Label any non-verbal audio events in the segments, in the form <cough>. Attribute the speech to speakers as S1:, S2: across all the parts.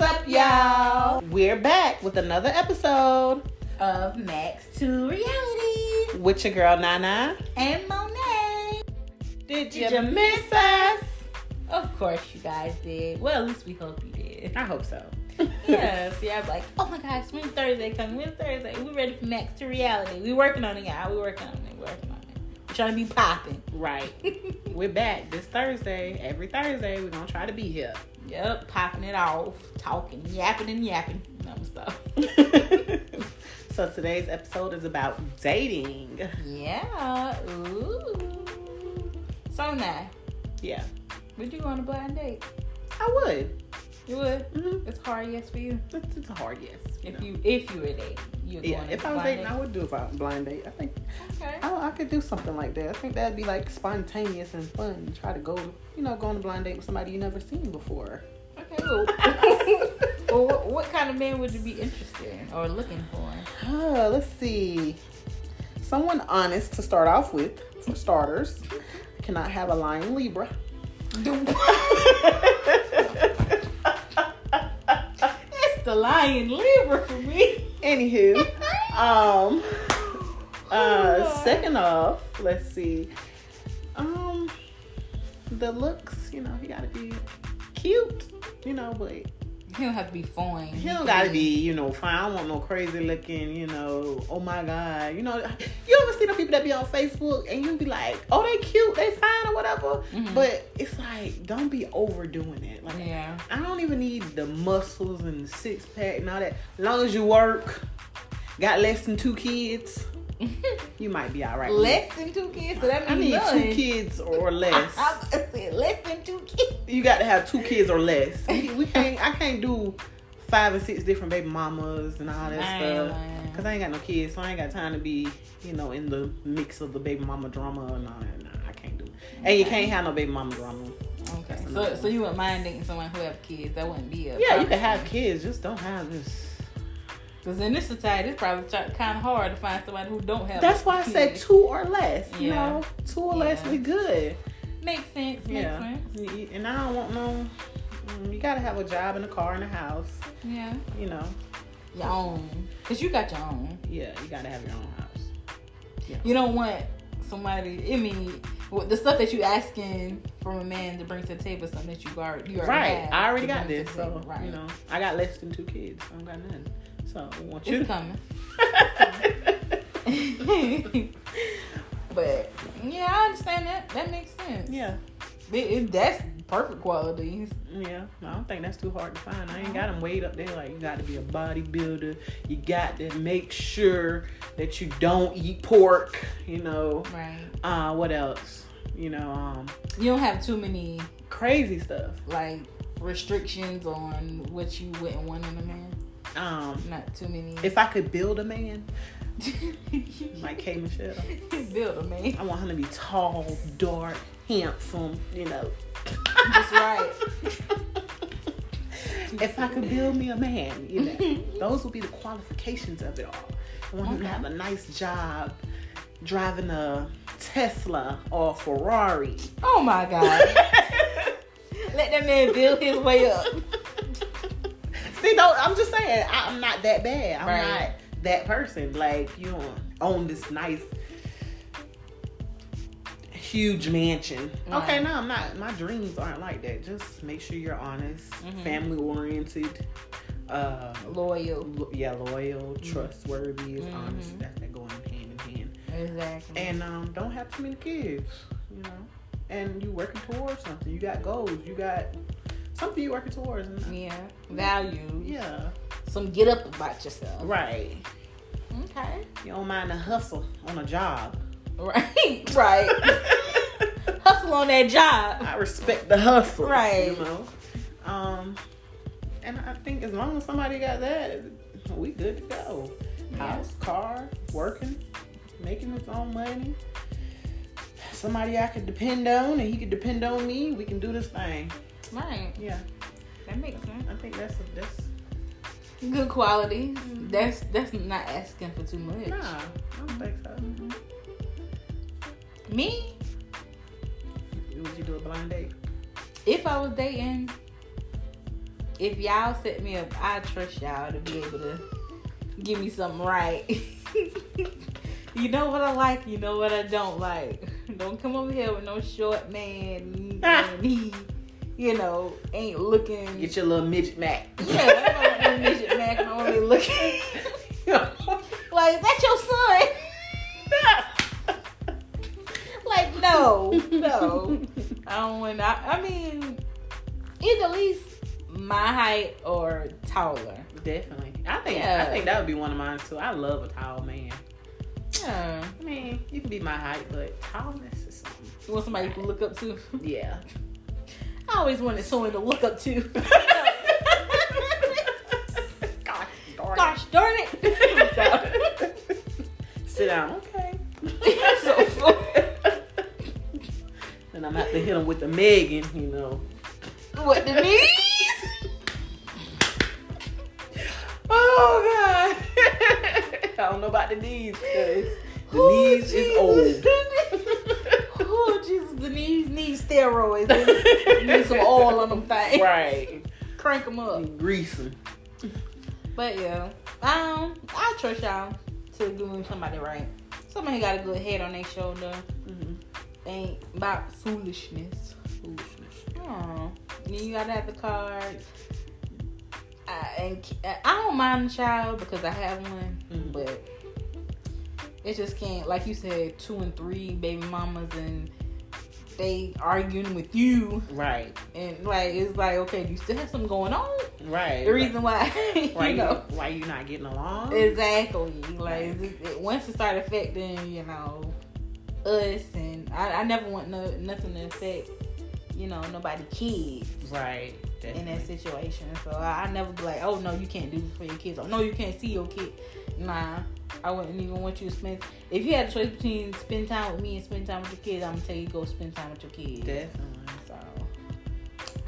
S1: up, y'all? We're back with another episode
S2: Of Max to Reality
S1: with your girl Nana.
S2: and Monet.
S1: Did
S2: ya miss us? Of course, you guys did. Well, at least we hope you
S1: <laughs>
S2: did.
S1: I hope so.
S2: yes, <laughs> yeah, I'm like, oh my gosh, when's Thursday coming? When's Thursday? We're ready for Max to Reality. we working on it, y'all. we working on it. we working on it. We're trying to be popping.
S1: <laughs>
S2: <laughs>
S1: Right. We're back this Thursday. Every Thursday, we're going to try to
S2: <laughs>
S1: be here.
S2: yep, popping it off, talking, yapping and yapping. Dumb stuff.
S1: so today's episode is about dating.
S2: Yeah. Ooh. So now,
S1: Yeah,
S2: would you go on a blind date?
S1: I would.
S2: You would.
S1: Mhm.
S2: It's hard, yes, for you.
S1: It's, it's a hard yes.
S2: If
S1: know.
S2: you if you were dating, you would
S1: Yeah,
S2: go on
S1: if
S2: a
S1: I was
S2: blind
S1: dating, I would do a bi- blind date. I think
S2: date. Okay.
S1: I, I could do something like that. I think that'd be like spontaneous and fun. Try to go, you know, go on a blind date with somebody you never seen
S2: <laughs>
S1: before. <laughs>
S2: Okay. Well, well what, what kind of man would you be interested in or looking for?
S1: Uh, let's see. Someone honest to start off with, for starters. Cannot have a lying Libra.
S2: <laughs> It's the lion Libra for me. Oh
S1: Anywho, um, uh,
S2: Hold
S1: second off, let's see. Um, the looks, you know, he gotta be cute, you know, but
S2: He don't have to be foreign.
S1: He don't gotta be, you know, fine. I don't want no crazy looking, you know, oh my god. You know, you ever see the people that be on Facebook and you be like, oh, they cute, they fine or whatever.
S2: Mhm.
S1: But it's like, don't be overdoing it. Like, <laughs>
S2: Yeah.
S1: I don't even need the muscles and the six pack and all that. As long as you work, got less than two kids, you might be all right.
S2: Less than two kids, so that
S1: I need
S2: means
S1: two kids or
S2: <laughs>
S1: less.
S2: I was gonna say less than two kids.
S1: you got to have two kids or less. We, we can't. I can't do five and six different baby mamas and all that stuff. Cause I ain't got no kids, so I ain't got time to be, you know, in the mix of the baby mama drama and all that. Nah, I can't do it. And you can't have no baby mama drama.
S2: Okay. So, so you wouldn't mind dating someone who have kids? That wouldn't be a
S1: Yeah, you
S2: problem.
S1: can have kids, just don't have this.
S2: Because in this society, it's probably kind of hard to find somebody who don't have.
S1: That's why I said
S2: kids.
S1: two or less. You
S2: Yeah.
S1: know, two or less,
S2: Yeah.
S1: we good.
S2: Makes sense. Makes
S1: Yeah.
S2: sense.
S1: And I don't want no. mm, You gotta have a job and a car and a house.
S2: Yeah.
S1: You know,
S2: Your own. Cause you got your own.
S1: yeah, you gotta have your own house.
S2: You don't want somebody. I mean, well, the stuff that you asking from a man to bring to the table, is something that you already you already
S1: Right.
S2: have
S1: I already
S2: to
S1: got
S2: bring to
S1: this.
S2: the
S1: So
S2: table. right.
S1: you know, I got less than two kids. I don't got nothing. So I want you.
S2: it's
S1: to- <laughs>
S2: coming. <laughs> but yeah, I understand that. That makes sense.
S1: yeah.
S2: It- it- that's perfect qualities.
S1: Yeah, I don't think that's too hard to find. I ain't got them weighed up there. Like you got to be a bodybuilder. You got to make sure that you don't eat pork. You know,
S2: Right.
S1: uh, what else? You know, um,
S2: You don't have too many
S1: crazy stuff.
S2: like restrictions on what you wouldn't want in a man.
S1: Um,
S2: Not too many. <laughs>
S1: if I could build a man, like K Michelle,
S2: <laughs> build a man.
S1: I want him to be tall, dark, handsome. You know,
S2: That's right.
S1: <laughs> if I could build me a man, you know,
S2: <laughs>
S1: those would be the qualifications of it all. I want him to
S2: Okay.
S1: have a nice job driving a Tesla
S2: <laughs>
S1: or Ferrari.
S2: Oh my god. <laughs> Let that man build his way up.
S1: <laughs> See, no, I'm just saying, I, I'm not that bad. I'm
S2: Right.
S1: not that person. Like, you don't own this nice, huge mansion.
S2: Right.
S1: Okay, no, I'm not. My dreams aren't like that. Just make sure you're honest,
S2: Mhm.
S1: family oriented. Uh,
S2: Loyal.
S1: lo- yeah, loyal,
S2: Mm-hmm.
S1: trustworthy, is
S2: Mhm.
S1: honest. That, that going hand in hand.
S2: Exactly.
S1: And um, don't have too many kids, you know. And you working towards something. You got goals. You got something you working towards. And,
S2: yeah. Value.
S1: yeah,
S2: Some get up about yourself.
S1: right.
S2: Okay.
S1: You don't mind the hustle on a job. <laughs>
S2: Right. <laughs> Right. Hustle on that job.
S1: I respect the hustle,
S2: Right.
S1: You know. Um, and I think as long as somebody got that, we good to go. House, car, working, making his own money. Somebody I could depend on, and he could depend on me. We can do this thing.
S2: Right.
S1: Yeah,
S2: That makes sense.
S1: I think that's that's
S2: Good qualities. Mm-hmm. That's that's not asking for too much.
S1: nah. I don't think so.
S2: Me,
S1: Would you do a blind date?
S2: if I was dating, if y'all set me up, I trust y'all to be able to give me something right. <laughs> you know what I like, you know what I don't like. Don't come over here with no short man and he, you know, ain't looking.
S1: Get your little midget mac.
S2: yeah, I'm gonna midget Mac and only
S1: <laughs>
S2: looking like that's your son. <laughs> Like no,
S1: <laughs>
S2: no, I don't want. I, I mean, either at least my height or taller.
S1: Definitely. I think
S2: Yeah.
S1: I think that would be one of mine too. I love a tall man.
S2: Yeah.
S1: I mean, you can be my height, but tallness is something.
S2: You want somebody you can look up to?
S1: <laughs> Yeah.
S2: I always wanted someone to look up to.
S1: Gosh darn
S2: Gosh darn
S1: it. <laughs>
S2: it!
S1: Sit down. Okay.
S2: So
S1: Then I'm gonna have to hit him with the Megan, you know.
S2: what the knees?
S1: Oh God! <laughs> I don't know about the knees because the knees is old.
S2: oh Jesus, the knees need steroids. They need some oil on them things.
S1: right.
S2: Crank them up.
S1: Greasing.
S2: But yeah, um, I trust y'all to give me somebody right. Somebody got a good head on their shoulder.
S1: Mm-hmm.
S2: Ain't about foolishness.
S1: Foolishness.
S2: Oh, you gotta have the cards. I, and ki- I don't mind the child because I have one,
S1: Mhm.
S2: but it just can't. Like you said, two and three baby mamas and they arguing with you,
S1: Right.
S2: and like it's like okay, you still have something going on.
S1: Right.
S2: The reason why, <laughs>
S1: why
S2: you know,
S1: why you not getting along?
S2: exactly like it's just- it, once it start affecting, you know, us, and I, I never want no nothing to affect, you know, nobody kids
S1: right.
S2: in
S1: Definitely.
S2: that situation. So I, I never be like, oh no, you can't do this for your kids. Or no, you can't see your kid. Nah, I wouldn't even want you to spend. If you had a choice between spend time with me and spend time with your kids, I'm gonna tell you go spend time with your kids.
S1: Definitely.
S2: So,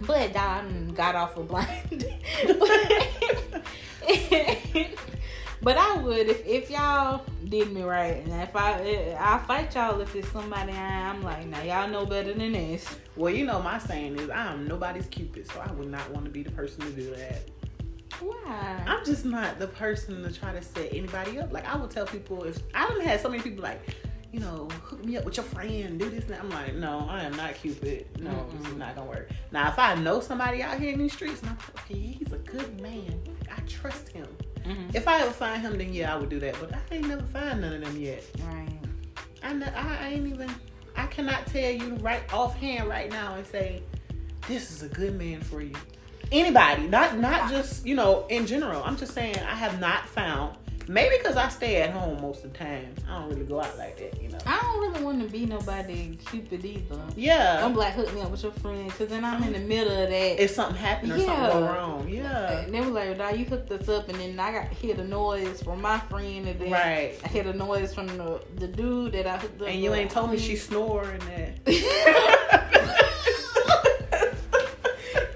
S2: but I done got off of blind. <laughs> but I would if, if y'all did me right, and if I I fight y'all if it's somebody I, I'm like now y'all know better than this.
S1: Well, you know my saying is I am nobody's cupid, so I would not want to be the person to do that.
S2: Why?
S1: I'm just not the person to try to set anybody up. Like I will tell people if I done had so many people like, you know, hook me up with your friend, do this. And that. I'm like, no, I am not Cupid. No, this is
S2: Mm-mm.
S1: not gonna work. Now if I know somebody out here in these streets, and I'm like, okay, he's a good man. I trust him.
S2: Mhm.
S1: If I ever find him, then yeah, I would do that. But I ain't never find none of them yet.
S2: Right.
S1: I know, I ain't even. I cannot tell you right offhand right now and say this is a good man for you. Anybody, not not just you know in general. I'm just saying I have not found. Maybe because I stay at home most of the time. I don't really go out like that, you know.
S2: I don't really want to be nobody cupid either.
S1: Yeah,
S2: I'm like hook me up with your friend, cause then I'm in the middle of that.
S1: if something happened or
S2: Yeah.
S1: something go wrong, yeah,
S2: And they were like, "Nah, you hooked us up," and then I got hear the noise from my friend, and then
S1: right.
S2: I hear the noise from the, the dude that I hooked up.
S1: And you
S2: with.
S1: ain't told me
S2: <laughs>
S1: she snoring that.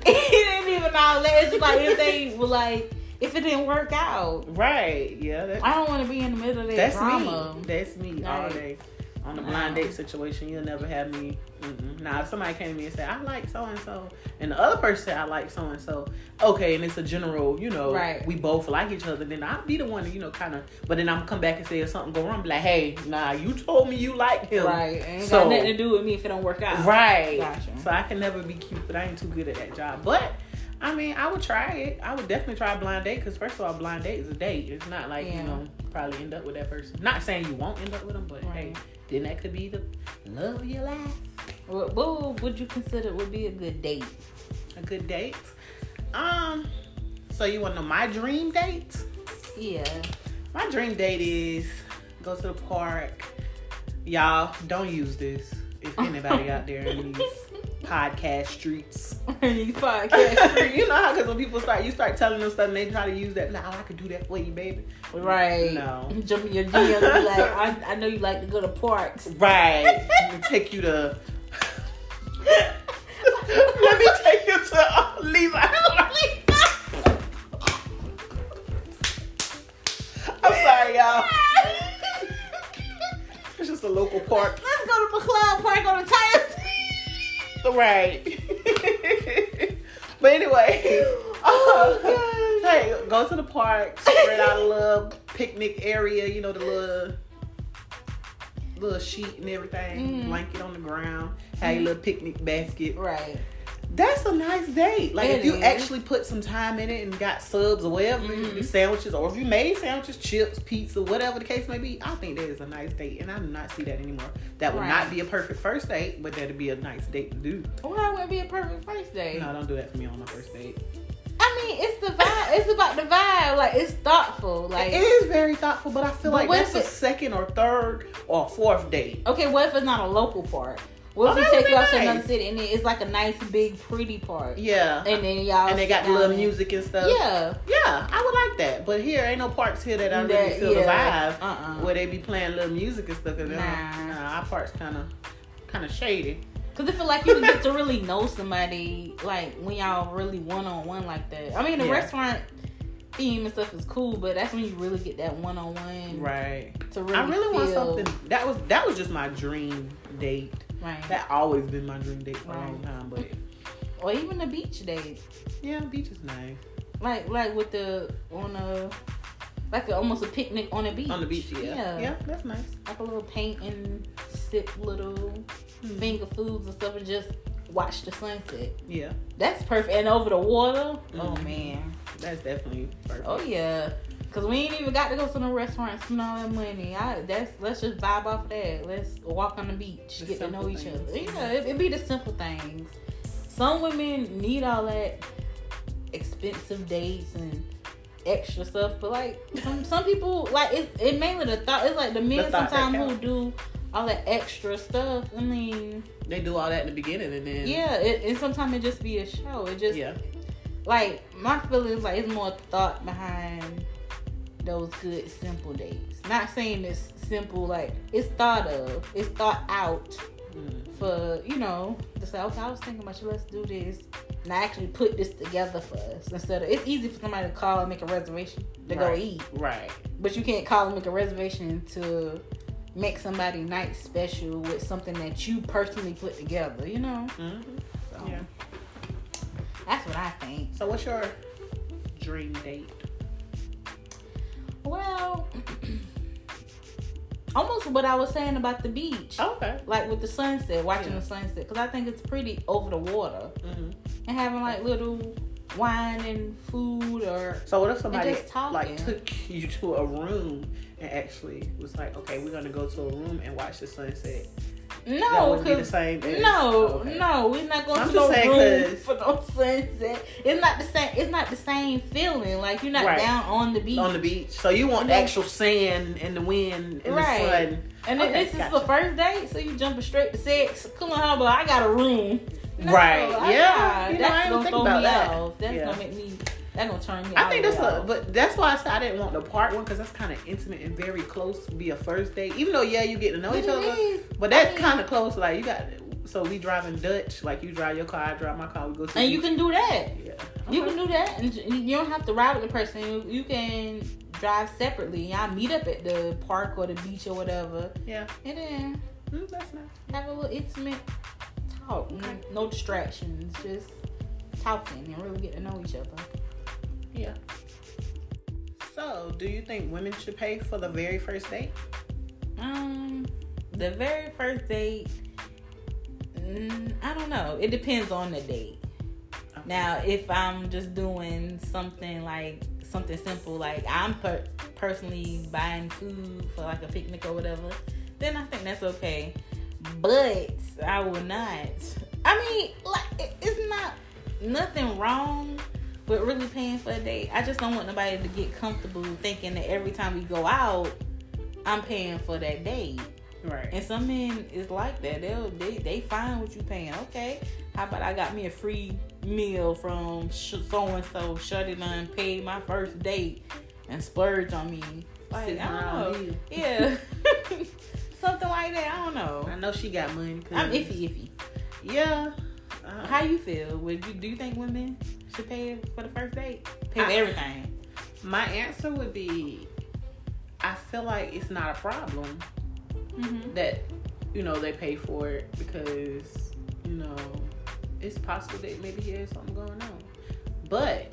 S2: it ain't even all that. It's like if they were like, if it didn't work out,
S1: <laughs> right? Yeah, that,
S2: I don't want to be in the middle of that
S1: That's
S2: drama.
S1: me. That's me all
S2: Like,
S1: day. On a
S2: no.
S1: blind date situation, you'll never have me. Mm-mm. Now, if somebody came to me and said, I like so and so, and the other person said, I like so and so, okay, and it's a general, you know,
S2: Right.
S1: we both like each other, then I'll be the one, to, you know, kind of, but then I'm come back and say if something go wrong, be like, hey, nah, you told me you like him.
S2: Right, ain't
S1: So-
S2: got nothing to do with me if it don't work out.
S1: Right.
S2: Gotcha.
S1: So I can never be cute, but I ain't too good at that job. But I mean, I would try it. I would definitely try a blind date because first of all, blind date is a date. It's not like
S2: Yeah.
S1: you know probably end up with that person. Not saying you won't end up with them, but hey,
S2: Right.
S1: then that could be the love of your life.
S2: What, what would you consider would be a good date?
S1: A good date. Um. So you want to know my dream date?
S2: Yeah.
S1: My dream date is go to the park. Y'all don't use this.
S2: <laughs>
S1: If anybody out there in these podcast streets.
S2: These
S1: <laughs>
S2: podcasts.
S1: you know how because when people start you start telling them stuff and they try to use that like oh I could do that for you baby
S2: Right.
S1: No.
S2: Jump in your DMs and be like, I, I know you like to go to parks.
S1: right let me take
S2: <laughs>
S1: you to let me take you to uh, Levi I'm
S2: <laughs>
S1: sorry y'all it's just a local park
S2: Let's go to McLeod Park on the tires.
S1: right but anyway uh,
S2: Oh, gosh.
S1: Hey, go to the park, spread out a little picnic area, you know, the little little sheet and everything,
S2: Mhm.
S1: blanket on the ground, have your little picnic basket.
S2: Mm-hmm. Right.
S1: That's a nice date. Like if
S2: It
S1: you
S2: is.
S1: actually put some time in it and got subs or whatever, it could be
S2: Mhm.
S1: sandwiches, or if you made sandwiches, chips, pizza, whatever the case may be, I think that is a nice date. And I do not see that anymore. That would
S2: Right.
S1: not be a perfect first date, but that'd be a nice date to do.
S2: Well, that wouldn't be a perfect first date.
S1: No, don't do that for me on my first date.
S2: I mean, it's the vibe. it's about the vibe. Like it's thoughtful. Like
S1: it is very thoughtful, but I feel
S2: But
S1: like
S2: what
S1: that's
S2: if
S1: a
S2: it-
S1: second or third or fourth date.
S2: okay, what if it's not a local park? What if
S1: Oh,
S2: we
S1: that would
S2: take you
S1: be
S2: out to another
S1: nice.
S2: city and it- it's like a nice, big, pretty park?
S1: Yeah. And,
S2: And then y'all
S1: they
S2: sit
S1: got the
S2: down
S1: little
S2: and-
S1: music and stuff.
S2: Yeah.
S1: Yeah, I would like that. But here ain't no parks here that I really
S2: That-
S1: feel
S2: yeah.
S1: the vibe.
S2: Uh-uh.
S1: where they be playing little music and stuff. And nah.
S2: Nah.
S1: nah, our part's kind of kind of shady.
S2: Cause I feel like you can get to really know somebody like when y'all really one on one like that. I mean, the
S1: Yeah.
S2: restaurant theme and stuff is cool, but that's when you really get that one on one
S1: Right.
S2: to really.
S1: I really want
S2: feel-
S1: something that was that was just my dream date.
S2: right,
S1: That always been my dream date for a long
S2: Right.
S1: time. But
S2: or even a beach date,
S1: yeah, beach is nice
S2: like like with the on a like a, almost a picnic on a beach.
S1: on the beach. Yeah, yeah,
S2: yeah,
S1: that's nice.
S2: like a little paint and sip little
S1: Hmm.
S2: finger foods and stuff, and just watch the sunset.
S1: Yeah,
S2: That's perfect. And over the water. Oh
S1: Mhm.
S2: man.
S1: that's definitely perfect.
S2: Oh yeah, cause we ain't even got to go to no restaurant spend all that money. I that's let's just vibe off that. Let's walk on the beach,
S1: The
S2: get to know
S1: simple
S2: each
S1: things.
S2: other. Yeah, it, it be the simple things. Some women need all that expensive dates and extra stuff, but like some some people like it's it mainly the thought. It's like the men
S1: thought that
S2: sometimes who
S1: counts.
S2: do all that extra stuff. I mean,
S1: They do all that in the beginning and then
S2: yeah, it, and sometimes it just be a show. It just
S1: yeah,
S2: like my feelings like it's more thought behind those good simple dates not saying it's simple like it's thought of it's thought out
S1: Mm.
S2: for you know to say okay i was thinking about you let's do this and i actually put this together for us instead of it's easy for somebody to call and make a reservation to go
S1: Right.
S2: eat
S1: right.
S2: but you can't call and make a reservation to make somebody night special with something that you personally put together you know
S1: hmm
S2: so
S1: Yeah.
S2: that's what i think
S1: So what's your dream date?
S2: Well, <clears throat> almost what I was saying about the beach.
S1: Okay.
S2: Like with the sunset, watching
S1: Yeah.
S2: the sunset, because I think it's pretty over the water
S1: hmm
S2: and having like little wine and food or
S1: So what if somebody
S2: just talking.
S1: like took you to a room and actually was like, okay, we're gonna go to a room and watch the sunset? that
S2: no,
S1: would be the
S2: because
S1: same. As,
S2: no,
S1: okay.
S2: no, we're not going
S1: I'm
S2: to no
S1: just saying
S2: room
S1: 'cause-
S2: for no sunset. It's not the same. It's not the same feeling. Like you're not
S1: Right.
S2: down on the beach.
S1: On the beach, so you want
S2: And then-
S1: actual sand and the wind and
S2: Right.
S1: the sun,
S2: And then
S1: Okay,
S2: this
S1: gotcha.
S2: is the first date, so you jumping straight to sex. Come on, Humble, I got a room.
S1: Right,
S2: I-
S1: yeah.
S2: that's
S1: You know, I didn't
S2: gonna
S1: think
S2: throw
S1: about
S2: me
S1: that.
S2: off. That's
S1: Yeah.
S2: gonna make me. That's gonna turn me.
S1: I think
S2: all
S1: that's
S2: the way
S1: a,
S2: off.
S1: but that's why I said I didn't want the part one because that's kind of intimate and very close to be a first date. Even though yeah, you get to know
S2: But
S1: each
S2: it
S1: other,
S2: is.
S1: but that's
S2: I mean-
S1: kind of close. Like you got, so we driving Dutch, like you drive your car, I drive my car, we go. To the
S2: And you
S1: beach.
S2: can do that.
S1: yeah,
S2: You
S1: Okay.
S2: can do that, and j- you don't have to ride with the person. You, you can drive separately. Y'all meet up at the park or the beach or whatever,
S1: yeah,
S2: and then
S1: Mm, that's nice.
S2: have a little intimate talk. No, no distractions, just talking and really get to know each other.
S1: Yeah. So, do you think women should pay for the very first date?
S2: Um, the very first date, mm, I don't know. It depends on the date. Now, if I'm just doing something like something simple, like I'm per- personally buying food for like a picnic or whatever, then I think that's okay. But I will not. I mean, like it- it's not nothing wrong with really paying for a date. I just don't want nobody to get comfortable thinking that every time we go out, I'm paying for that date.
S1: right.
S2: And some men is like that. They'll they they find what you paying. Okay, how about I got me a free meal from so and so. Shut it on, paid my first date, and splurge on me. Like
S1: Sitting
S2: I don't
S1: around
S2: know.
S1: you.
S2: Yeah, <laughs> something like that. I don't know.
S1: I know she got money. 'cause-
S2: I'm iffy iffy.
S1: Yeah. Uh,
S2: How you feel? Would you do you think women should pay for the first date? Pay for
S1: I-
S2: everything.
S1: my answer would be I feel like it's not a problem
S2: Mm-hmm.
S1: that, you know, they pay for it because, you know, it's possible that maybe there's something going on. But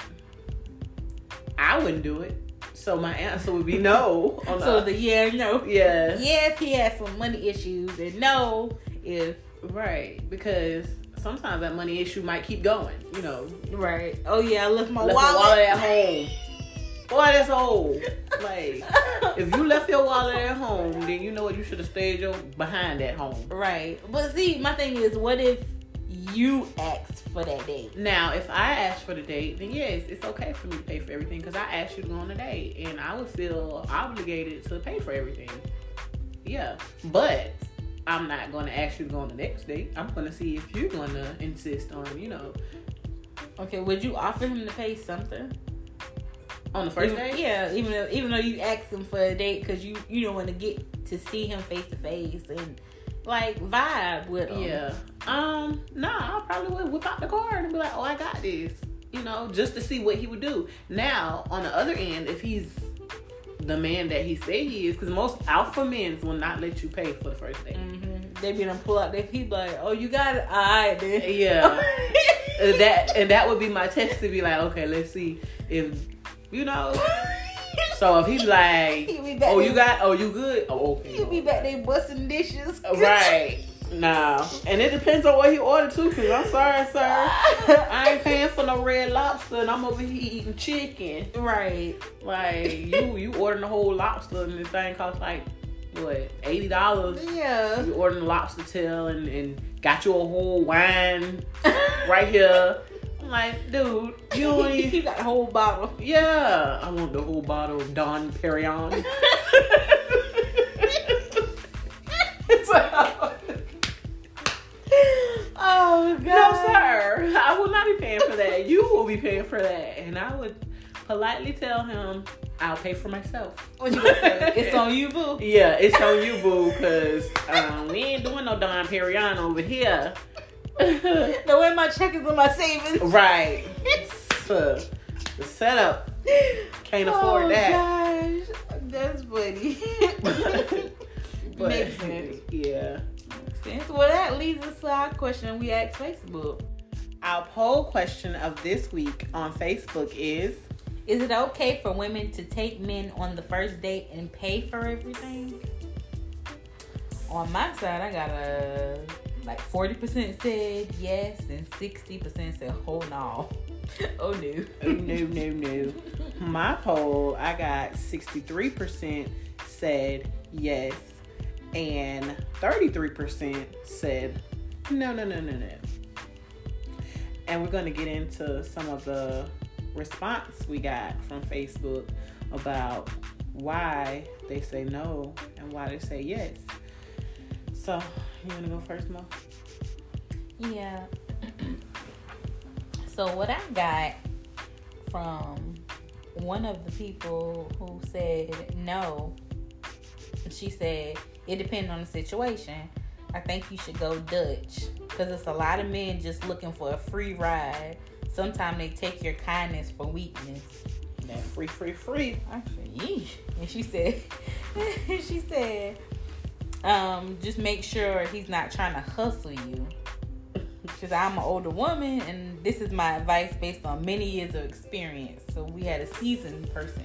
S1: I wouldn't do it. So my answer would be no. on
S2: <laughs> So the yeah,
S1: <laughs>
S2: no.
S1: yeah.
S2: Yes, he has some money issues, and no, if
S1: Right. Because sometimes that money issue might keep going, you know.
S2: right. Oh yeah, I left my
S1: Left my
S2: wallet.
S1: wallet at home. Boy, that's old.
S2: <laughs>
S1: Like if you left your wallet at home, then you know what you should have stayed your behind at home.
S2: Right. But see, my thing is, what if you asked for that date?
S1: Now, if I ask for the date, then yes, it's okay for me to pay for everything because I asked you to go on a date, and I would feel obligated to pay for everything. Yeah, but I'm not going to ask you to go on the next date. I'm going to see if you're going to insist on, you know,
S2: Okay, would you offer him to pay something?
S1: on the first
S2: Even-
S1: date.
S2: Yeah, even though, even though you asked him for a date because you you don't want to get to see him face to face and like vibe with him.
S1: Yeah. Um, nah, I probably would whip out the card and be like, oh, I got this. You know, just to see what he would do. Now, on the other end, if he's the man that he said he is, because most alpha men will not let you pay for the first date.
S2: hmm They be done pull out their feet like, oh, you got it, all right then.
S1: Yeah.
S2: <laughs>
S1: Uh, that and that would be my test to be like, okay, let's see if you know. So if he's like,
S2: He be back
S1: oh,
S2: there-
S1: you got, oh, you good, oh, okay,
S2: He'll be back there busting dishes.
S1: right? Nah, and it depends on what he ordered too. Cause I'm sorry, sir,
S2: <laughs>
S1: I ain't paying for no red lobster, and I'm over here eating chicken.
S2: right.
S1: Like you, you ordering a whole lobster, and this thing costs like what eighty dollars.
S2: Yeah.
S1: You ordering a lobster tail, and and got you a whole wine
S2: <laughs>
S1: right here. I'm like, dude, you don't even
S2: you got a whole
S1: <laughs>
S2: bottle.
S1: Yeah, I want the whole bottle of Don Perignon.
S2: <laughs>
S1: <laughs> it's like,
S2: oh god.
S1: no, sir, I will not be paying for that. You will be paying for that, and I would politely tell him I'll pay for myself.
S2: What you gonna say? It's on you, boo.
S1: Yeah, it's on you, boo, because um, we ain't doing no Don Perignon over here.
S2: The way my check is on my savings.
S1: <laughs> right, so, the setup can't afford
S2: oh,
S1: that.
S2: Gosh, that's funny. <laughs>
S1: <laughs> But,
S2: Makes sense.
S1: Yeah.
S2: Since well, that leads us to our question we asked Facebook:
S1: Our poll question of this week on Facebook <laughs> is
S2: Is it okay for women to take men on the first date and pay for everything? On my side, I got a like forty percent said yes and sixty percent said oh no, <laughs> oh no,
S1: oh, no, no, no.
S2: <laughs>
S1: My poll, I got 63% said yes, and 33% said no, no, no, no, no. And we're going to get into some of the response we got from Facebook about why they say no and why they say yes. So, you want to go first, Mo?
S2: Yeah. so what I got from one of the people who said no, she said it depends on the situation. I think you should go Dutch because it's a lot of men just looking for a free ride. Sometimes they take your kindness for weakness.
S1: That free, free, free.
S2: I said, yeesh. And she said, <laughs> she said, um, just make sure he's not trying to hustle you. Because I'm an older woman, and this is my advice based on many years of experience. So we had a seasoned person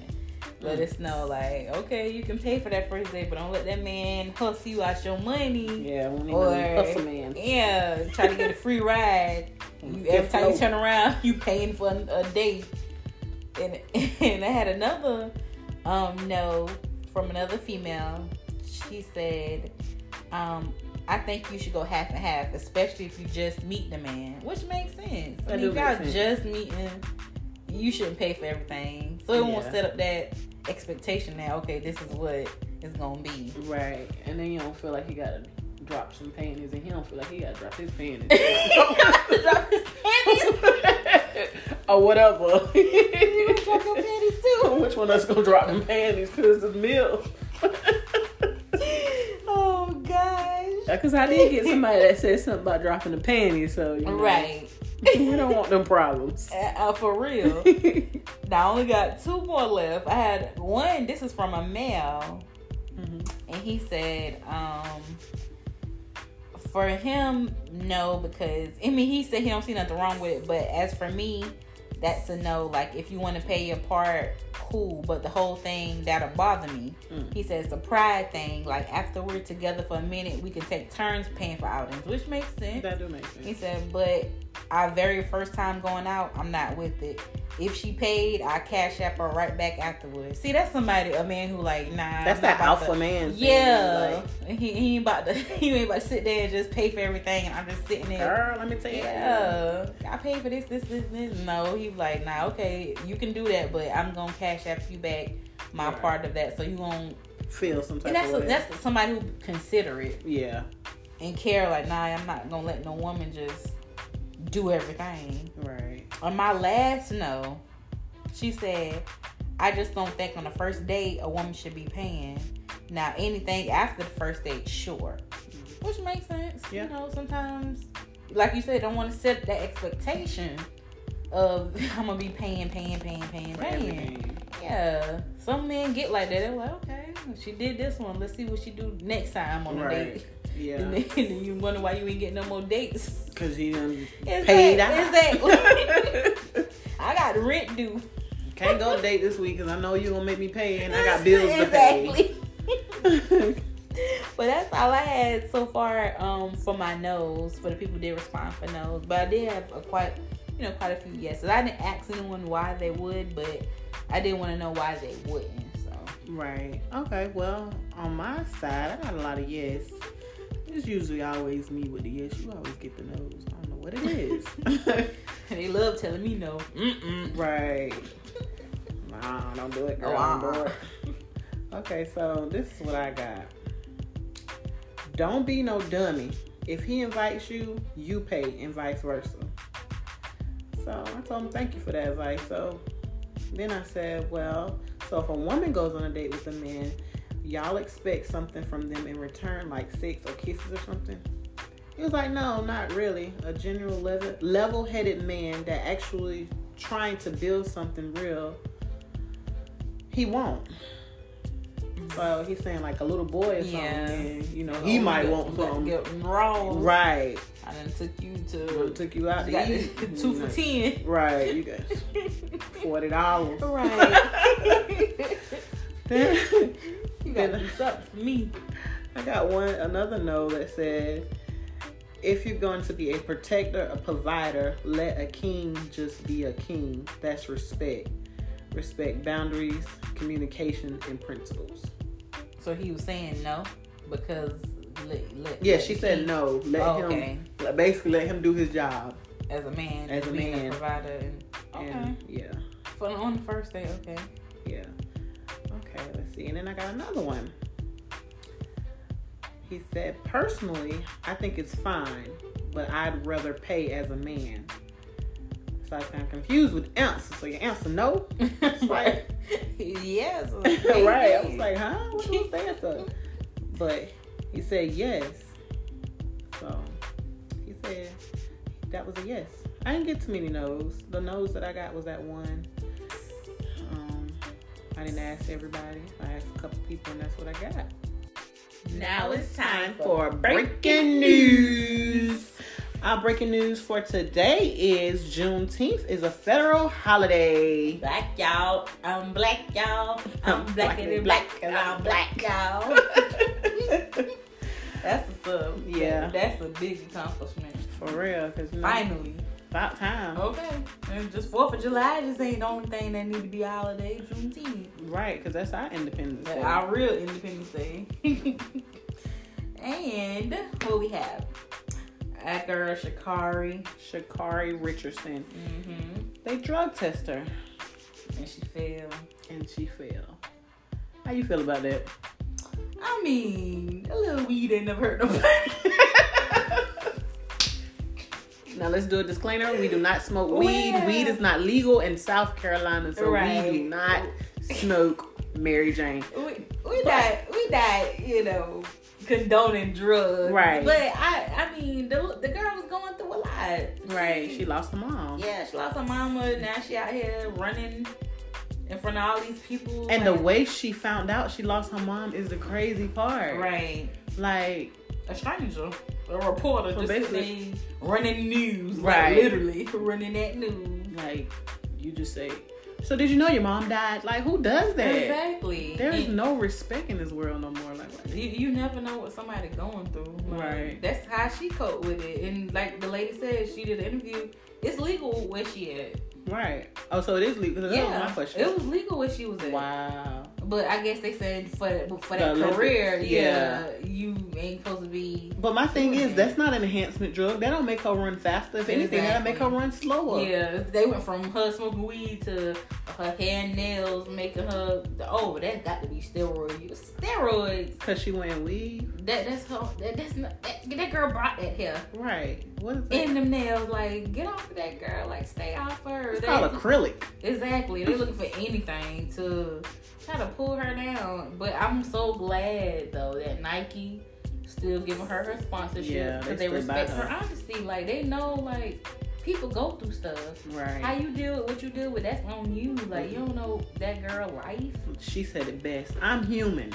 S2: let us know, like, okay, you can pay for that first day, but don't let that man hustle you out your money.
S1: Yeah, we need
S2: Or-
S1: a hustle man.
S2: Yeah, try to get a free ride. You, every time you turn around, <laughs> you paying for a date. And and I had another um no from another female. She said, um, I think you should go half and half, especially if you just meet the man, which makes sense. I mean,
S1: That do
S2: if
S1: make
S2: y'all
S1: sense.
S2: just meeting, you shouldn't pay for everything, so it won't
S1: Yeah.
S2: set up that expectation that okay, this is what it's gonna
S1: <laughs>
S2: be. <laughs>
S1: Right, and then you don't feel like he gotta drop some panties, and he don't feel like he gotta drop his panties.
S2: Drop his panties.
S1: or whatever.
S2: <laughs> You gonna drop your panties too.
S1: <laughs> Which one of us gonna drop them panties? Cause the <laughs> meal. <laughs>
S2: oh gosh.
S1: Cause I did get somebody that said something about dropping the panties, so you know,
S2: Right.
S1: <laughs> we don't want them problems.
S2: <laughs> Uh,
S1: <laughs>
S2: uh, for real.
S1: Mhm.
S2: now I only got two more left. I had one. This is from a male, and he said, um, for him, no, because I mean, he said he don't see nothing wrong with it, but as for me, that's a no. Like if you want to pay your part, cool, but the whole thing that'll bother me.
S1: Mm.
S2: He says the pride thing. Like after we're together for a minute, we can take turns paying for outings, which makes sense.
S1: That do make sense.
S2: He said, but our very first time going out, I'm not with it. If she paid, I cash app her right back afterwards. See, that's somebody, a man who like, nah.
S1: That's
S2: I'm not
S1: that
S2: about to-
S1: alpha man. thing,
S2: yeah, he, he ain't about to <laughs> he ain't about to sit there and just pay for everything, and I'm just sitting
S1: Like,
S2: there.
S1: girl, let me tell you.
S2: Yeah, I paid for this, this, this, this. No, he was like, nah, okay, you can do that, but I'm gonna cash app you back my
S1: Right.
S2: part of that, so you gonna.
S1: Feel some type
S2: And that's
S1: of way.
S2: that's somebody who considerate
S1: yeah,
S2: and care. Like, nah, I'm not gonna let no woman just do everything.
S1: right.
S2: On my last no, she said, I just don't think on the first date a woman should be paying. Now, anything after the first date, sure. Which makes sense.
S1: Mm-hmm. Yeah.
S2: You know, sometimes, like you said, don't want to set that expectation of <laughs> I'm going to be paying, paying, paying, paying,
S1: For
S2: paying.
S1: everything.
S2: Yeah. Some men get like that. They're like, okay, she did this one. Let's see what she do next time on the
S1: Right.
S2: date. <laughs> And,
S1: Yeah,
S2: then, and then you wonder why you ain't getting no more dates. <laughs>
S1: because you done
S2: Exact-
S1: paid out. <laughs>
S2: exactly. <laughs> I got rent due.
S1: Can't go date this week because I know you gonna make me pay and
S2: <laughs>
S1: I got bills to pay.
S2: exactly. <laughs> but that's all I had so far um, for my no's. For the people who did respond for no's, but I did have a quite, you know, quite a few yeses. I didn't ask anyone why they would, but I did want to know why they wouldn't. So
S1: <laughs>
S2: <laughs>
S1: right. Okay. Well, on my side, I got a lot of yes. It's usually always me with the yes. You always get the no's. I don't know what it
S2: <laughs>
S1: is.
S2: they love telling me no. Mm-mm.
S1: Right. Nah, don't do it, girl.
S2: Wow.
S1: Don't do it. Okay, so this is what I got. Don't be no dummy. If he invites you, you pay, and vice versa. So I told him, thank you for that advice. So then I said, well, so if a woman goes on a date with a man, y'all expect something from them in return, like sex or kisses or something? He was like, no, not really. A general level, level-headed man that actually trying to build something real, he won't. So he's saying like a little boy or something,
S2: Yeah.
S1: and, Oh, you know, he might want
S2: to
S1: something.
S2: Get wrong.
S1: Right.
S2: I done took you to.
S1: Well, Took you out
S2: You
S1: to
S2: got <laughs>
S1: eat.
S2: two for ten.
S1: Right. You got forty
S2: <laughs>
S1: dollars.
S2: right.
S1: <laughs> then
S2: you got to do something for me.
S1: I got one another no that said if you're going to be a protector, a provider, let a king just be a king. That's respect. Respect boundaries, communication, and principles.
S2: So he was saying no because let, let,
S1: Yeah,
S2: let
S1: she
S2: the
S1: said
S2: king-
S1: no. Let
S2: Oh, okay,
S1: him basically let him do his job.
S2: as a man,
S1: As a
S2: being
S1: man.
S2: provider, and okay,
S1: And yeah.
S2: for on the first day, okay.
S1: Yeah. Okay, let's see. And then I got another one. He said, personally, I think it's fine, but I'd rather pay as a man. So I was kind of confused with the answer. So your answer no? like-
S2: <laughs>
S1: <laughs>
S2: yes,
S1: right. I was like, huh? What was the answer? But he said yes. So he said that was a yes. I didn't get too many no's. The no's that I got was that one. Um, I didn't ask everybody. I asked a couple people, and that's what I got. Now it's time for breaking news. Our breaking news for today is Juneteenth is a federal holiday. <laughs>
S2: Black y'all, I'm black y'all, I'm
S1: I'm
S2: blacker than black,
S1: and
S2: I'm
S1: I'm
S2: black
S1: black.
S2: y'all. That's what's up.
S1: Yeah. Mm.
S2: that's a big accomplishment.
S1: For real, because
S2: Finally.
S1: about time.
S2: Okay. And just Fourth of July just ain't the only thing that need to be a holiday. Juneteenth.
S1: Right, because that's our Independence
S2: But
S1: Day.
S2: our real Independence Day. <laughs> and who we have? That girl Shakari.
S1: Shakari Richardson.
S2: Mm-hmm.
S1: They drug test her,
S2: And she fell.
S1: and she fell. How you feel about that? <laughs>
S2: I mean, a little weed ain't never hurt nobody. <laughs>
S1: Now let's do a disclaimer: we do not smoke
S2: Well-
S1: weed. Weed is not legal in South Carolina, so
S2: Right.
S1: we do not smoke Mary Jane.
S2: we we not we not you know condoning drugs,
S1: Right.
S2: But I I mean the the girl was going through a lot,
S1: She lost her mom.
S2: Yeah, she lost her mama. Now she out here running in front of all these people.
S1: And the
S2: like-
S1: way she found out she lost her mom is the crazy part.
S2: right,
S1: Like,
S2: a stranger, a reporter,
S1: So
S2: just
S1: basically-
S2: sitting there <laughs> running news, right?
S1: Right.
S2: literally running that news.
S1: like you just say, "So did you know your mom died?" Like who does that?
S2: Exactly.
S1: There is
S2: And
S1: no respect in this world no more. Like what?
S2: you, you never know what somebody going through. Like,
S1: Right.
S2: That's how she cope with it. And like the lady said, she did an interview. It's legal where she at.
S1: right? Oh, so it is legal. That was my question.
S2: It was legal where she was at.
S1: Wow.
S2: But I guess they said for for
S1: The
S2: that
S1: Olympics,
S2: career,
S1: yeah.
S2: yeah, you ain't supposed to be.
S1: But my thing is,
S2: Mhm.
S1: that's not an enhancement drug. That don't make her run faster. If anything, that'll
S2: Exactly.
S1: make her run slower.
S2: Yeah, they went from her smoking weed to her hair and nails, making her. Oh, that got to be steroids. Steroids.
S1: Cause she wearing weave.
S2: That that's her. That, that's not, that, that girl brought that hair
S1: Right. What is that?
S2: and them nails. Like, get off of that girl. Like, stay off her.
S1: It's
S2: They-
S1: called acrylic.
S2: Exactly. They're looking for anything to try to pull her down. But I'm so glad though that Nike still giving her her
S1: Yeah,
S2: sponsorship
S1: they
S2: because they,
S1: still buy
S2: respect
S1: her.
S2: her honesty. Like they know like people go through stuff. How
S1: Right.
S2: you deal with what you deal with, that's on you. Like you don't know that girl life.
S1: She said it best. I'm human.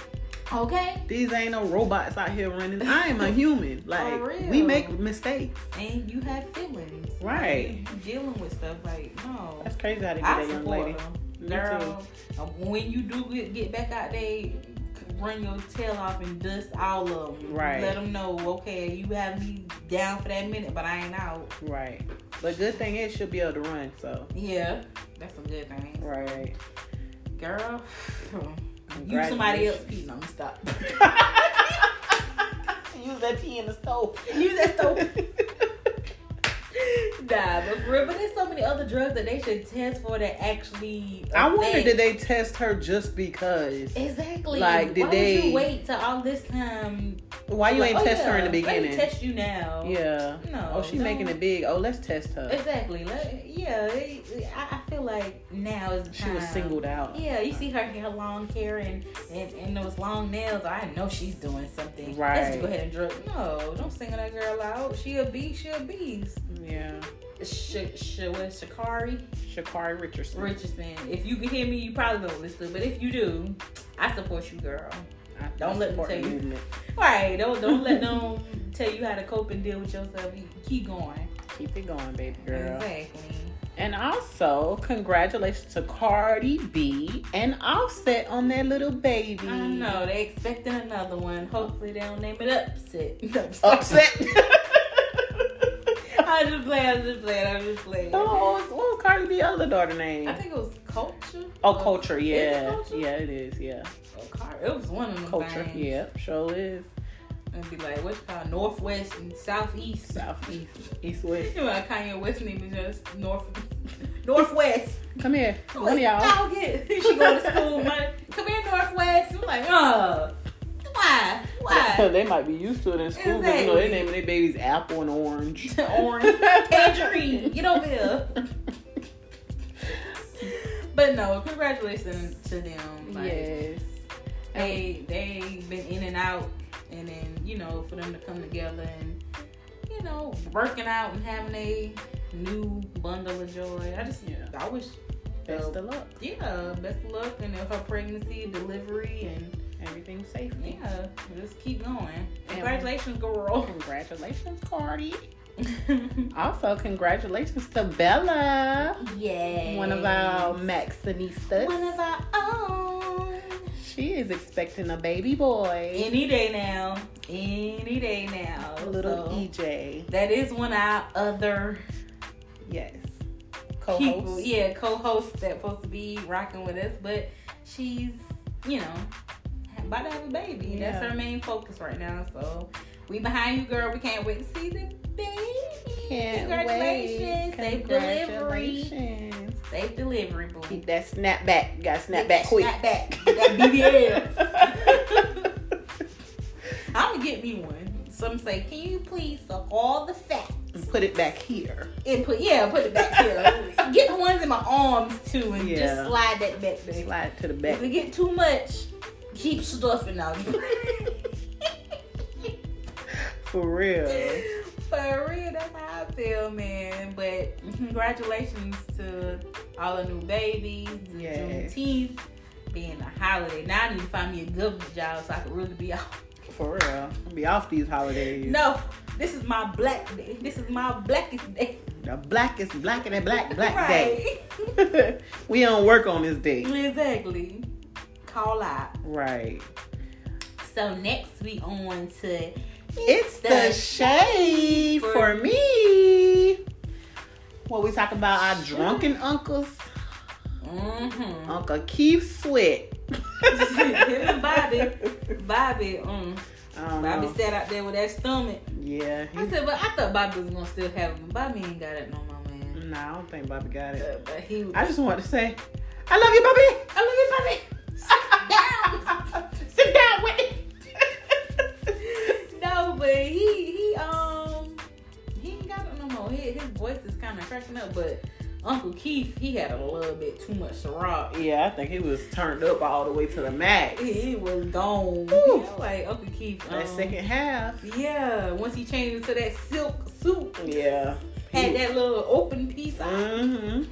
S2: Okay.
S1: These ain't no robots out here running.
S2: <laughs>
S1: I am a human. Like
S2: real.
S1: we make mistakes.
S2: And you have feelings.
S1: Right.
S2: You dealing with stuff like no.
S1: That's crazy how they
S2: I
S1: get that young
S2: support
S1: lady.
S2: them.
S1: Me
S2: Girl, uh, when you do get, get back out there, run your tail off and dust all of them.
S1: Right.
S2: Let them know, okay, you have me down for that minute, but I ain't out.
S1: too. Right. But good thing is she'll be able to run. So.
S2: Yeah, that's a good thing.
S1: Right.
S2: Girl, <sighs> you somebody else peeing. I'm stop. <laughs>
S1: Use that pee in the stove.
S2: Use that <laughs> nah, but for real, but there's so many other drugs that they should test for that actually.
S1: I wonder
S2: affect-
S1: did they test her just because?
S2: Exactly.
S1: like, did
S2: Why would
S1: they-
S2: you wait till all this time?
S1: Why you
S2: Like,
S1: ain't
S2: oh,
S1: test her in
S2: yeah,
S1: the
S2: Let
S1: beginning?
S2: me test you now.
S1: yeah.
S2: No.
S1: Oh, she
S2: don't-
S1: making it big. Oh, let's test her.
S2: Exactly. Like, yeah, it- it- I, I feel like now is the
S1: She was
S2: time.
S1: singled out.
S2: Yeah, you see her hair long hair and, and, and those long nails. I know she's doing something. Let's
S1: Right.
S2: go ahead and drip. No, don't single that girl out. She a beast. She a beast.
S1: Yeah.
S2: Sh- sh- what's Shakari
S1: Shakari Richardson.
S2: Richardson. If you can hear me, you probably don't listen. But if you do, I support you, girl.
S1: I
S2: Don't let me
S1: support
S2: tell
S1: the
S2: you.
S1: movement.
S2: Right? Don't don't let <laughs> them tell you how to cope and deal with yourself. You Keep going.
S1: Keep it going, baby girl.
S2: Exactly.
S1: And also, congratulations to Cardi B and Offset on their little baby.
S2: I know they expecting another one. Hopefully they don't name it <laughs> upset.
S1: Upset. <laughs>
S2: I'm just playing. I'm just playing. I'm just playing.
S1: oh, what was, what was Cardi B's other daughter name?
S2: I think it was culture.
S1: oh,
S2: Or-
S1: Culture.
S2: Is it
S1: Yeah,
S2: Culture?
S1: yeah, it is. Yeah,
S2: or Car- It was one of them.
S1: Culture.
S2: Things.
S1: Yep, sure is.
S2: It'd be like what's called northwest and southeast.
S1: Southeast, East West.
S2: <laughs> You know, like Kanye West name is just north, <laughs> northwest.
S1: Come here, one of y'all.
S2: Dog it. <laughs> She go to school. My, come here, northwest. I'm like, oh, why, why?
S1: <laughs> they might be used to it in school, but you know they
S2: Exactly.
S1: naming their babies apple and orange.
S2: <laughs> Orange, tangerine. Get over
S1: <laughs>
S2: here. But no, congratulations to them. Like,
S1: yes.
S2: They they been in and out, and then you know for them to come together and you know working out and having a new bundle of joy. I just
S1: Yeah.
S2: I wish
S1: Best of luck.
S2: yeah best of luck and her pregnancy delivery and
S1: Everything safe.
S2: yeah just keep going. Congratulations, girl. <laughs>
S1: Congratulations, Cardi. Also, congratulations to Bella,
S2: Yay!
S1: one of our Maxinistas.
S2: one of our own.
S1: She is expecting a baby boy,
S2: Any day now. Any day now.
S1: little E.
S2: So,
S1: EJ.
S2: That is one of our other
S1: Yes,
S2: people,
S1: co-host.
S2: yeah, co-host that's supposed to be rocking with us, but she's, you know, about to have a baby. That's
S1: Yeah.
S2: her main focus right now. So we behind you, girl. We can't wait to see the baby.
S1: Can't
S2: Congratulations.
S1: wait.
S2: Safe delivery.
S1: Congratulations.
S2: Safe delivery, boo.
S1: Keep that snap back. You gotta snap back quick.
S2: Snap back. Get that
S1: <laughs>
S2: BBL. I'm gonna get me one. Some say, can you please suck all the fat?
S1: Put it back here.
S2: And put yeah, put it back
S1: <laughs>
S2: here. get the ones in my arms too, and
S1: Yeah.
S2: just slide that back there.
S1: Slide to the
S2: If
S1: back.
S2: we get too much, keep stuffing
S1: <laughs>
S2: out.
S1: For real.
S2: For real, that's how I feel, man. But congratulations to all the new babies, the
S1: Yes.
S2: Juneteenth being a holiday. Now I need to find me a good job so I can really be out.
S1: For real. Be off these holidays.
S2: No, This is my black day. This is my blackest day.
S1: The blackest, black and black, black
S2: right.
S1: day. <laughs> we don't work on this day.
S2: <laughs> exactly. Call out.
S1: Right.
S2: So next we on to
S1: It's the shade
S2: for
S1: for me. What we talk about our drunken uncles,
S2: hmm
S1: Uncle Keith Sweat.
S2: and Bobby. Bobby. Um,
S1: I don't
S2: Bobby
S1: know.
S2: sat out there with that stomach.
S1: Yeah. he-
S2: I said, but I thought Bobby was gonna still have him. Bobby ain't got it no more, man.
S1: no, I don't think Bobby got
S2: Uh,
S1: it.
S2: but he. was-
S1: Mm. I just want to say, I love you, Bobby.
S2: I love you, Bobby. Down.
S1: Sit down, Whitney.
S2: No, but he he um he ain't got it no more. His, his voice is kind of cracking up, but Uncle Keith he had a little bit too much Ciroc.
S1: yeah, I think he was turned up all the way to the max.
S2: He, he was gone.
S1: Ooh.
S2: Yeah, like Uncle Keith. Um,
S1: That second half.
S2: Yeah, once he changed into that silk suit,
S1: Yeah.
S2: had that little open piece on.
S1: Mm-hmm.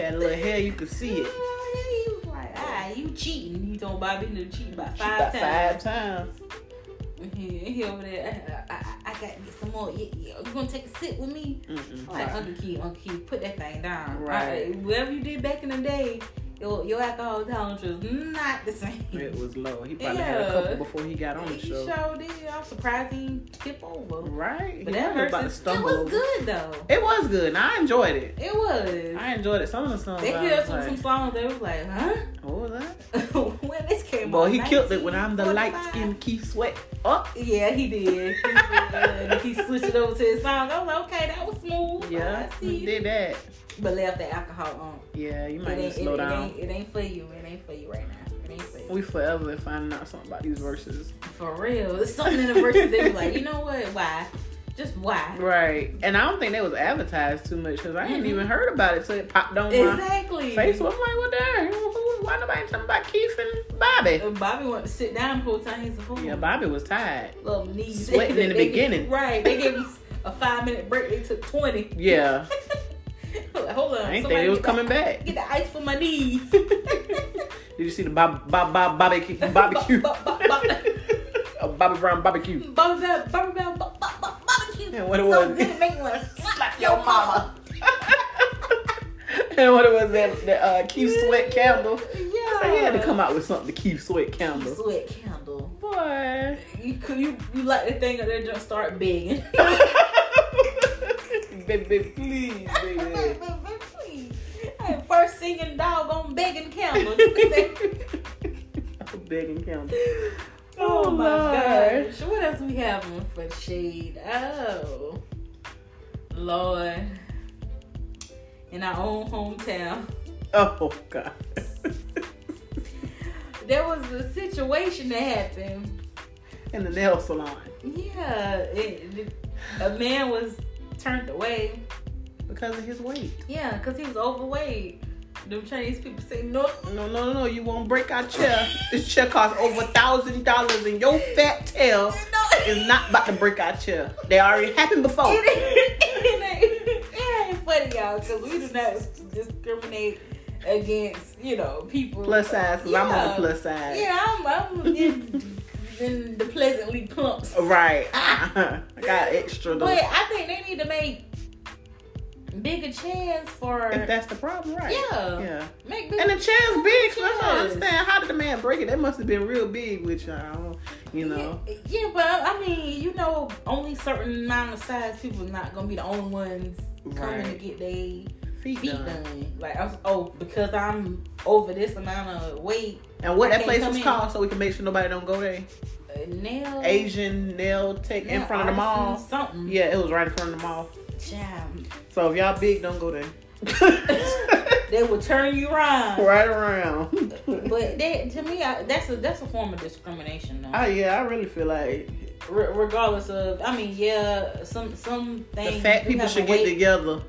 S1: Had a little hair, you could see it.
S2: He was like, ah, you cheating. You told Bobby to cheat by five
S1: She about
S2: times.
S1: Five times.
S2: <laughs> He, he over there, I, I, I got to get some more. You, you you gonna take a sip with me?
S1: Mm-mm.
S2: Like uh,
S1: Right.
S2: Uncle Keith, Uncle Keith, put that thing down.
S1: Right.
S2: Like, whatever you did back in the day, your your alcohol tolerance was not the same.
S1: It was low. He probably had a
S2: Yeah.
S1: couple before he got on the
S2: he
S1: show.
S2: sure did. I'm surprised he didn't tip over.
S1: Right.
S2: But
S1: He
S2: that
S1: was
S2: verse,
S1: about to
S2: is- it
S1: stumble
S2: was
S1: over.
S2: good though.
S1: It was good, and I enjoyed it.
S2: It was.
S1: I enjoyed it. Some of the songs.
S2: they
S1: I
S2: hear
S1: Oh, was
S2: some,
S1: like,
S2: some songs. They was like, huh? <laughs>
S1: What was that?
S2: when this came
S1: Well,
S2: out,
S1: he killed it when I'm the
S2: 1945.
S1: light skinned Keith Sweat. Oh,
S2: Yeah, he did. He, did. And he switched it over to his song. I was like, okay, that was smooth.
S1: yeah,
S2: Oh, I see.
S1: he
S2: you.
S1: did that.
S2: But left the alcohol on.
S1: Yeah, you
S2: It
S1: might
S2: ain't,
S1: need
S2: it,
S1: to slow
S2: it
S1: down.
S2: ain't, it ain't for you. It ain't for you right now. It ain't for you.
S1: We forever finding out something about these verses.
S2: For real. It's something in the verse that they be like, you know what? Why? Just why?
S1: <laughs> Right, and I don't think they was advertised too much because I ain't
S2: Mhm.
S1: even heard about it till it popped on
S2: Exactly.
S1: my Facebook. I'm like, what the hell? Who- Why nobody talking about Keith and Bobby?
S2: And Bobby wanted to sit down the whole time. He's like, oh,
S1: Yeah, Bobby was tired.
S2: little knees.
S1: Sweating in
S2: <laughs>
S1: the
S2: They gave-
S1: beginning.
S2: right. They gave us a five minute break. They took 20.
S1: Yeah,
S2: Hold on. Hold on.
S1: I ain't think
S2: Somebody
S1: it was
S2: get
S1: coming back.
S2: The, get the ice for my knees. <laughs>
S1: Did you see the Bob Bob Bob barbecue
S2: <laughs>
S1: barbecue?
S2: Ba- ba- ba-
S1: <laughs> A Bobby Brown barbecue.
S2: Bobby Brown, Bobby Brown, Bo- Bo- Bo- barbecue.
S1: Yeah, what it
S2: so
S1: was.
S2: Good, it make you
S1: <laughs>
S2: want to slap your mama.
S1: and <laughs> what it was that that uh, Keith Sweat candle.
S2: Yeah.
S1: So he had to come out with something to keep Sweat
S2: You
S1: candle.
S2: sweat candle.
S1: Boy.
S2: You could you you like the thing that they just start begging.
S1: <laughs>
S2: <laughs>
S1: baby, please, baby.
S2: Hey, First singing dog on begging camel.
S1: <laughs> Begging candle.
S2: oh my
S1: Lord.
S2: gosh. What else we have on for shade? Oh Lord. In our own hometown.
S1: Oh god. <laughs>
S2: There was a situation that happened.
S1: In the nail salon.
S2: Yeah. it- it- a man was turned away.
S1: Because of his weight.
S2: Yeah, because he was overweight. Them Chinese people say no.
S1: No, no, no, no. You won't break our chair. this chair costs over a thousand dollars and your fat tail is not about
S2: <laughs>
S1: to break our chair. They already happened before.
S2: It ain't, it ain't, it ain't funny, y'all, because we do not discriminate against, you know, people.
S1: Plus size, because I'm on the
S2: Yeah.
S1: plus size.
S2: Yeah, I'm, I'm in, in the pleasantly plumps.
S1: Right. <laughs> I got extra though.
S2: Ah. But I think they need to make bigger chairs for.
S1: if that's the problem, right?
S2: Yeah.
S1: Yeah.
S2: make
S1: And
S2: bigger
S1: the chair's big, so I don't
S2: Yes.
S1: understand. How did the man break it? That must have been real big with y'all. You know.
S2: Yeah, yeah, but I mean, you know, only certain amount of size people not gonna be the only ones coming to
S1: Right.
S2: get they
S1: Feet,
S2: feet
S1: done.
S2: done. Like, I was, oh, because I'm over this amount of weight,
S1: And what
S2: I can't
S1: that place
S2: come
S1: was
S2: in.
S1: called so we can make sure nobody don't go there.
S2: uh, nail
S1: Asian nail tech in
S2: nail
S1: front of the mall.
S2: artisan Something.
S1: Yeah, it was right in front of the mall.
S2: Child,
S1: So if y'all big,
S2: <laughs>
S1: don't go there.
S2: they will turn you around.
S1: right around.
S2: But that, to me, I, that's a that's a form of discrimination, though.
S1: oh yeah, I really feel like
S2: Re- regardless of, I mean, yeah, some some
S1: the
S2: things.
S1: fat
S2: you
S1: people
S2: have
S1: should
S2: a
S1: get
S2: weight- <laughs>
S1: together.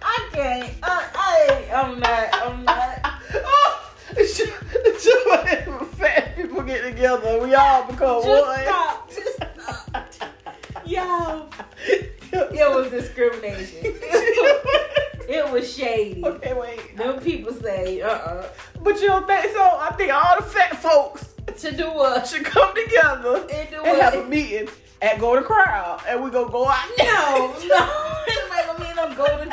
S2: I can't. I, I, I'm not. I'm
S1: <laughs>
S2: not.
S1: Oh, should- should <laughs> fat people get together. We all become
S2: Just
S1: one. <laughs>
S2: stop. Just stop. Y'all, it was discrimination. it was shady.
S1: <laughs> okay, wait.
S2: Them people say, uh uh
S1: But you don't think so? I think all the fat folks
S2: to do what?
S1: should come together
S2: And do
S1: and have a
S2: what?
S1: meeting and go to crowd and we gonna go out.
S2: No, no. It's like, I mean, I'm golden.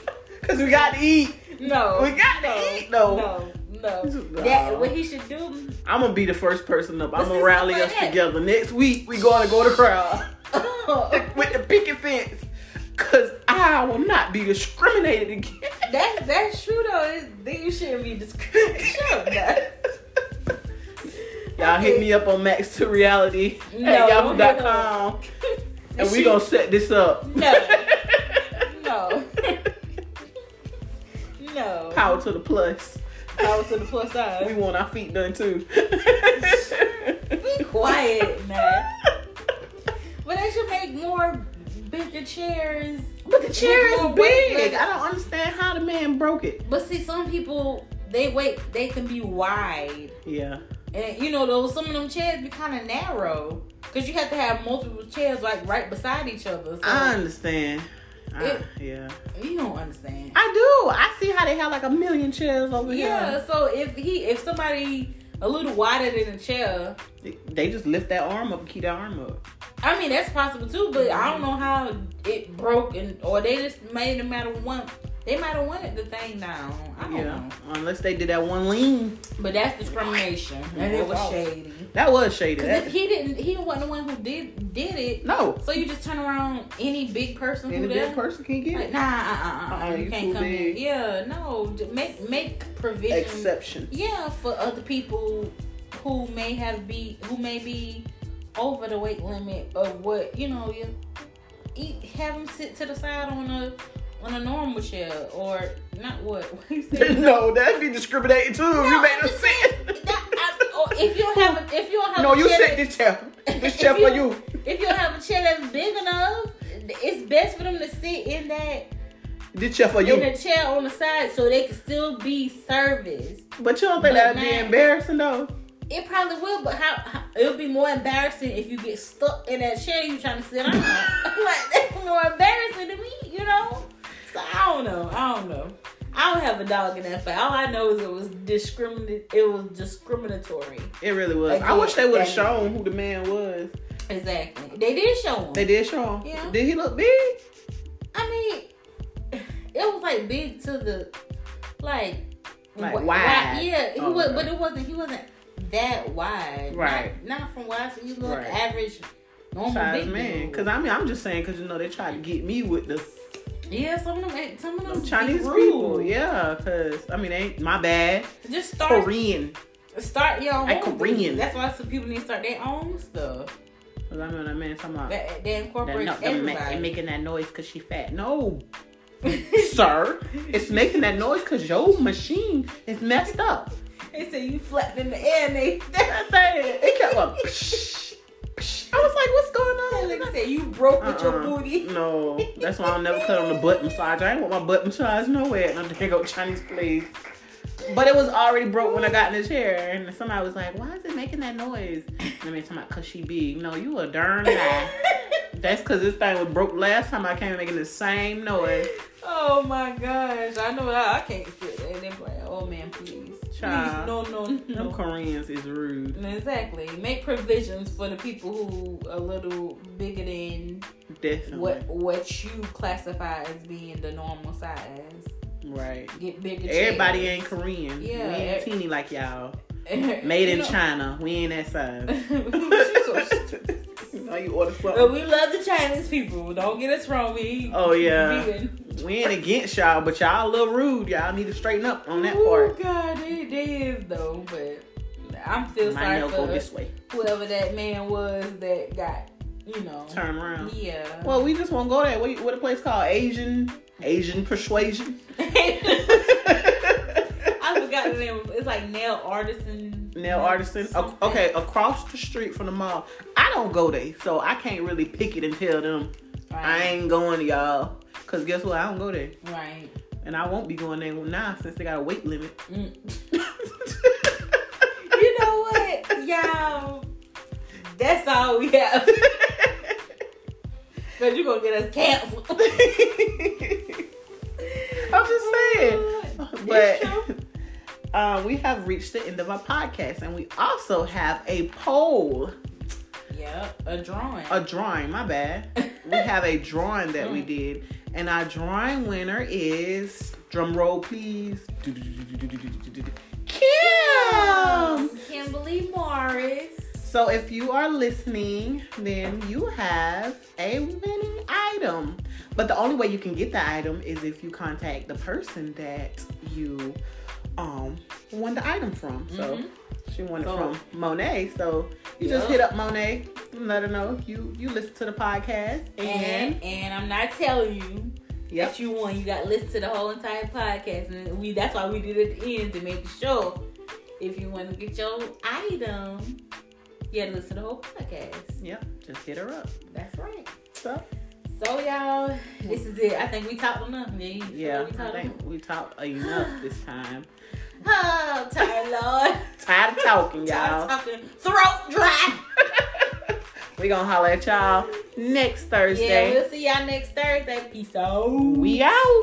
S1: <laughs> Cause we gotta eat.
S2: No.
S1: We got to
S2: no,
S1: eat, though.
S2: No. No.
S1: No.
S2: That, what he should do. <laughs>
S1: I'm gonna be the first person up. I'm
S2: This
S1: gonna
S2: is
S1: rally
S2: like
S1: us
S2: that.
S1: together. Next week we gonna go to crowd <laughs>
S2: Oh.
S1: with the picket fence. Cause I will not be discriminated against.
S2: That's that's true though. It, then you shouldn't be <laughs> discriminated. Shut up, now.
S1: <laughs> Y'all hit me up on Max to Reality
S2: No,
S1: at
S2: <laughs>
S1: yahoo.com and we gonna set this up.
S2: No.
S1: <laughs>
S2: No. <laughs> no
S1: Power to the plus.
S2: Power to the plus side.
S1: <laughs> We want our feet done too.
S2: Be quiet, man. But they should make more bigger chairs.
S1: But the chair is
S2: People wait,
S1: big.
S2: like-
S1: I don't understand how the man broke it.
S2: But see, some people they wait. They can be wide,
S1: Yeah.
S2: and you know those some of them chairs be kind of narrow because you have to have multiple chairs like right beside each other. So
S1: I understand. I-
S2: Oh. It-
S1: yeah.
S2: you don't understand.
S1: I do. I see how they have like a million chairs over
S2: Yeah. So if he, if somebody a little wider than a chair,
S1: here. They just lift that arm up and keep that arm up.
S2: I mean that's possible too. But I don't know how it broke, and or they just made them matter one. They might have wanted the thing down. I don't
S1: yeah.
S2: know.
S1: Unless they did that one lean.
S2: But that's discrimination.
S1: And it was
S2: shady.
S1: That was shady.
S2: Because if
S1: That-
S2: he didn't, he wasn't the one who did did it.
S1: no.
S2: So you just turn around any big person
S1: Any
S2: who
S1: big
S2: does.
S1: person can get
S2: Like,
S1: it.
S2: nah, uh, uh, uh,
S1: Uh-uh,
S2: you
S1: you
S2: can't
S1: too
S2: come in.
S1: big.
S2: Yeah, no, j- make make provision.
S1: Exception.
S2: Yeah, for other people who may have be who may be over the weight limit of what you know you eat. Have them sit to the side on a on a normal chair or not what? <laughs> What you said?
S1: <laughs> no, that'd be discriminating too if you
S2: No,
S1: made
S2: I'm
S1: them
S2: just saying,
S1: sit.
S2: that- I- or if you don't have a, if you don't have
S1: No,
S2: a
S1: you
S2: chair
S1: sit
S2: that-
S1: this chair.
S2: <laughs>
S1: This
S2: If
S1: chair for
S2: you-
S1: you.
S2: if you don't have a chair that's big enough, it's best for them to sit in that
S1: This chair for
S2: in
S1: you.
S2: a chair on the side so they can still be serviced.
S1: But you don't think
S2: But
S1: that'd be
S2: not-
S1: embarrassing though?
S2: It probably will, but how, how it'll be more embarrassing if you get stuck in that chair you trying to sit on. <laughs> like that's more embarrassing to me, you know. So I don't know. I don't know. I don't have a dog in that fight. All I know is it was discriminate. It was discriminatory.
S1: It really was. I
S2: Again,
S1: wish they would have
S2: that-
S1: shown who the man was.
S2: Exactly. They did show him.
S1: They did show him.
S2: Yeah.
S1: Did he look big?
S2: I mean, it was like big to the like,
S1: Like
S2: wi-
S1: wide.
S2: wi- Yeah, he
S1: Oh,
S2: was,
S1: right.
S2: but it wasn't. He wasn't that wide.
S1: Right.
S2: Not, not from wide. So you look
S1: Right.
S2: average, normal
S1: size
S2: big
S1: man.
S2: dude.
S1: Cause I mean, I'm just saying, cause you know they try to get me with the
S2: yeah, some of them, ain't- some of them
S1: them
S2: be
S1: Chinese
S2: rude.
S1: people. Yeah, cause I mean, they ain't my bad.
S2: Just start
S1: Korean.
S2: start your own.
S1: Like Korean.
S2: thing. That's why some people need to start their own stuff.
S1: Cause I remember that man talking about.
S2: That they
S1: That,
S2: incorporate
S1: no, that ma- it
S2: <laughs> everybody.
S1: making that noise because she fat. No, <laughs> sir, it's making that noise because your machine is messed up.
S2: they say you flapped in the air and <laughs> they.
S1: That thing, it kept going. Psh, psh. I was like, what's going
S2: They
S1: on?
S2: say you broke with your
S1: Uh-uh.
S2: booty.
S1: No, that's why I'll never cut on the butt massage. I ain't want my butt massage nowhere. No, there go Chinese place. But it was already broke when I got in the chair, and somebody was like, "Why is it making that noise?" And I mean, somebody, "Cause she big." No, you a darn lie. That's cause this thing was broke last time I came making the same noise.
S2: <laughs> Oh my gosh, I know that I can't sit there and they be like, oh man, please.
S1: Child.
S2: Please, no, no,
S1: Them
S2: no.
S1: Koreans is rude.
S2: Exactly. Make provisions for the people who a little bigger than
S1: Definitely.
S2: what what you classify as being the normal size.
S1: Right.
S2: Get bigger.
S1: Everybody
S2: chairs. <laughs>
S1: ain't Korean.
S2: Yeah.
S1: We ain't teeny like y'all. Made
S2: You
S1: in
S2: know-
S1: China. We ain't that size.
S2: <laughs> She's so stupid.
S1: <laughs> now you order
S2: <laughs> But
S1: something.
S2: we love the Chinese people. Don't get us wrong. We
S1: Oh yeah.
S2: vegan.
S1: We ain't against y'all, but y'all a little rude. Y'all need to straighten up on that
S2: Oh
S1: part.
S2: God, they, they is though, but I'm still
S1: My
S2: sorry
S1: nail
S2: for
S1: go this way.
S2: whoever that man was that got, you know.
S1: Turn around.
S2: Yeah. <laughs>
S1: Well, we just won't go there. What, what a place called Asian Asian persuasion.
S2: <laughs>
S1: <laughs>
S2: I forgot the name. It's like nail artisan.
S1: Nail artisan. O-
S2: something.
S1: Okay, across the street from the mall. I don't go there, so I can't really pick it and tell them I
S2: Right.
S1: ain't going to y'all. Cause guess what? I don't go there,
S2: Right.
S1: and I won't be going there now since they got a weight limit.
S2: Mm. You know what, y'all? That's all we have. Cause you're gonna get us canceled.
S1: <laughs> I'm just saying.
S2: It's
S1: But
S2: true.
S1: uh, we have reached the end of our podcast, and we also have a poll,
S2: Yep, a drawing.
S1: a drawing. My bad. we have a drawing that we did, and our drawing winner is drum roll, please. Kim.
S3: Kimberly Morris.
S1: So if you are listening, then you have a winning item. But the only way you can get the item is if you contact the person that you um won the item from. So
S2: Mhm.
S1: she won it
S2: So-
S1: from Monet. So you just
S2: Yup.
S1: hit up Monet, let her know you you listen to the podcast and,
S2: Mm-hmm. and and I'm not telling you
S1: yep.
S2: that you won. You got listed to the whole entire podcast, and we that's why we did it at the end to make sure if you want to get your item, you had to listen to the whole podcast.
S1: Yep, just hit her up.
S2: That's right.
S1: So
S2: So y'all, this is it. I think we talked enough. Yeah,
S1: yeah,
S2: we
S1: I
S2: talked enough.
S1: think we talked
S2: <gasps>
S1: enough this time.
S2: Oh, I'm tired, Lord. <laughs>
S1: Tired of talking,
S2: Tired
S1: y'all.
S2: of talking. Throat dry.
S1: <laughs> we gonna holler at y'all next Thursday.
S2: Yeah, we'll see y'all next Thursday. Peace out.
S1: We out.